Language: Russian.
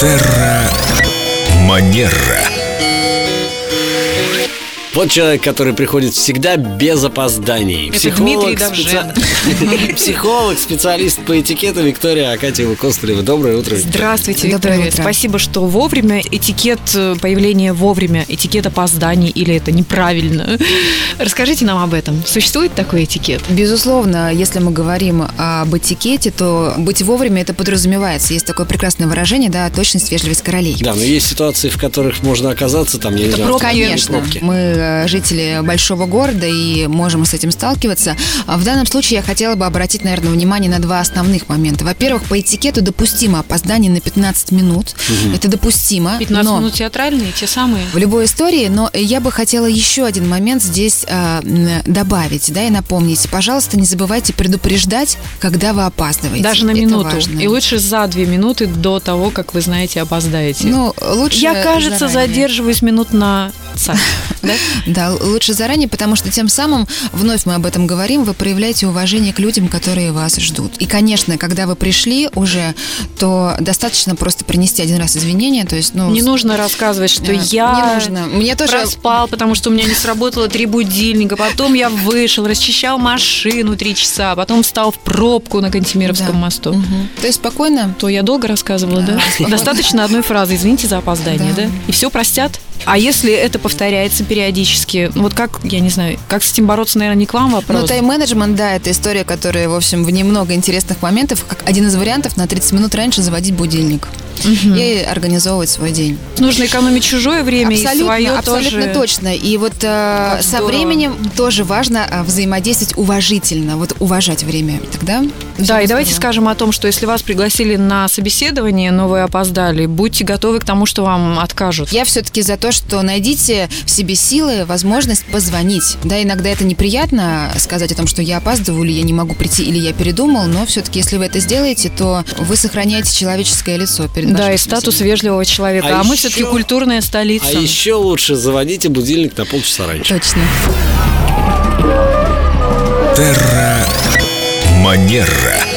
Терра Манера. Вот человек, который приходит всегда без опозданий. Это Дмитрий Довженко. специ- Психолог, специалист по этикету Виктория Акатьева Костылева. Доброе утро. Виктория. Здравствуйте, Доброе Виктория. утро. Спасибо, что вовремя. Этикет э, появления вовремя, этикет опозданий или это неправильно. Расскажите нам об этом. Существует такой этикет? Безусловно, если мы говорим об этикете, то быть вовремя это подразумевается. Есть такое прекрасное выражение, да, точность, вежливость королей. Да, но есть ситуации, в которых можно оказаться там, я не Это знаю, пробки, автомобильные Конечно, пробки. мы э, жители большого города и можем с этим сталкиваться. А В данном случае я хотела бы обратить, наверное, внимание на два основных момента. Во-первых, по этикету допустимо опоздание на 15 минут. Это допустимо. 15 но... минут театральные, те самые. в любой истории, но я бы хотела еще один момент здесь э, м, добавить, да, и напомнить. Пожалуйста, не забывайте предупреждать, когда вы опаздываете. Даже на Это минуту. важно. И лучше за две минуты до того, как вы знаете, опоздаете. Ну, лучше Я, кажется, заранее. задерживаюсь минут на... ца. Да? Да, лучше заранее, потому что тем самым, вновь мы об этом говорим, вы проявляете уважение к людям, которые вас ждут. И, конечно, когда вы пришли уже, то достаточно просто принести один раз извинения, то есть, ну... Не с- нужно рассказывать, э, что я... Не нужно. Мне тоже... проспал, потому что у меня не сработало три будильника. Потом я вышел, расчищал машину три часа, потом встал в пробку на Кантемировском Да. мосту. Мгм. То есть спокойно То я долго рассказывала, да? Достаточно одной фразы, извините за опоздание, да? Да. И все простят. А если это повторяется периодически, ну вот как, я не знаю, как с этим бороться, наверное, не к вам Но вопрос. Ну, тайм-менеджмент, да, это история, которая, в общем, в немного интересных моментов, как один из вариантов на 30 минут раньше заводить будильник Мгм. и организовывать свой день. Нужно экономить чужое время и свое абсолютно тоже. точно. И вот э, Как со здорово. временем тоже важно э, взаимодействовать уважительно, вот уважать время. Да, Тогда всё и давайте здорово. скажем о том, что если вас пригласили на собеседование, но вы опоздали, будьте готовы к тому, что вам откажут. Я все-таки за то, что найдите в себе силы, возможность позвонить. Да, иногда это неприятно сказать о том, что я опаздываю, или я не могу прийти, или я передумал, но все-таки, если вы это сделаете, то вы сохраняете человеческое лицо перед Да, вашим и статус собеседником. вежливого человека. А, А мы еще- все-таки культурная столица. А еще лучше заводите будильник на полчаса раньше. Точно. Терра Манера.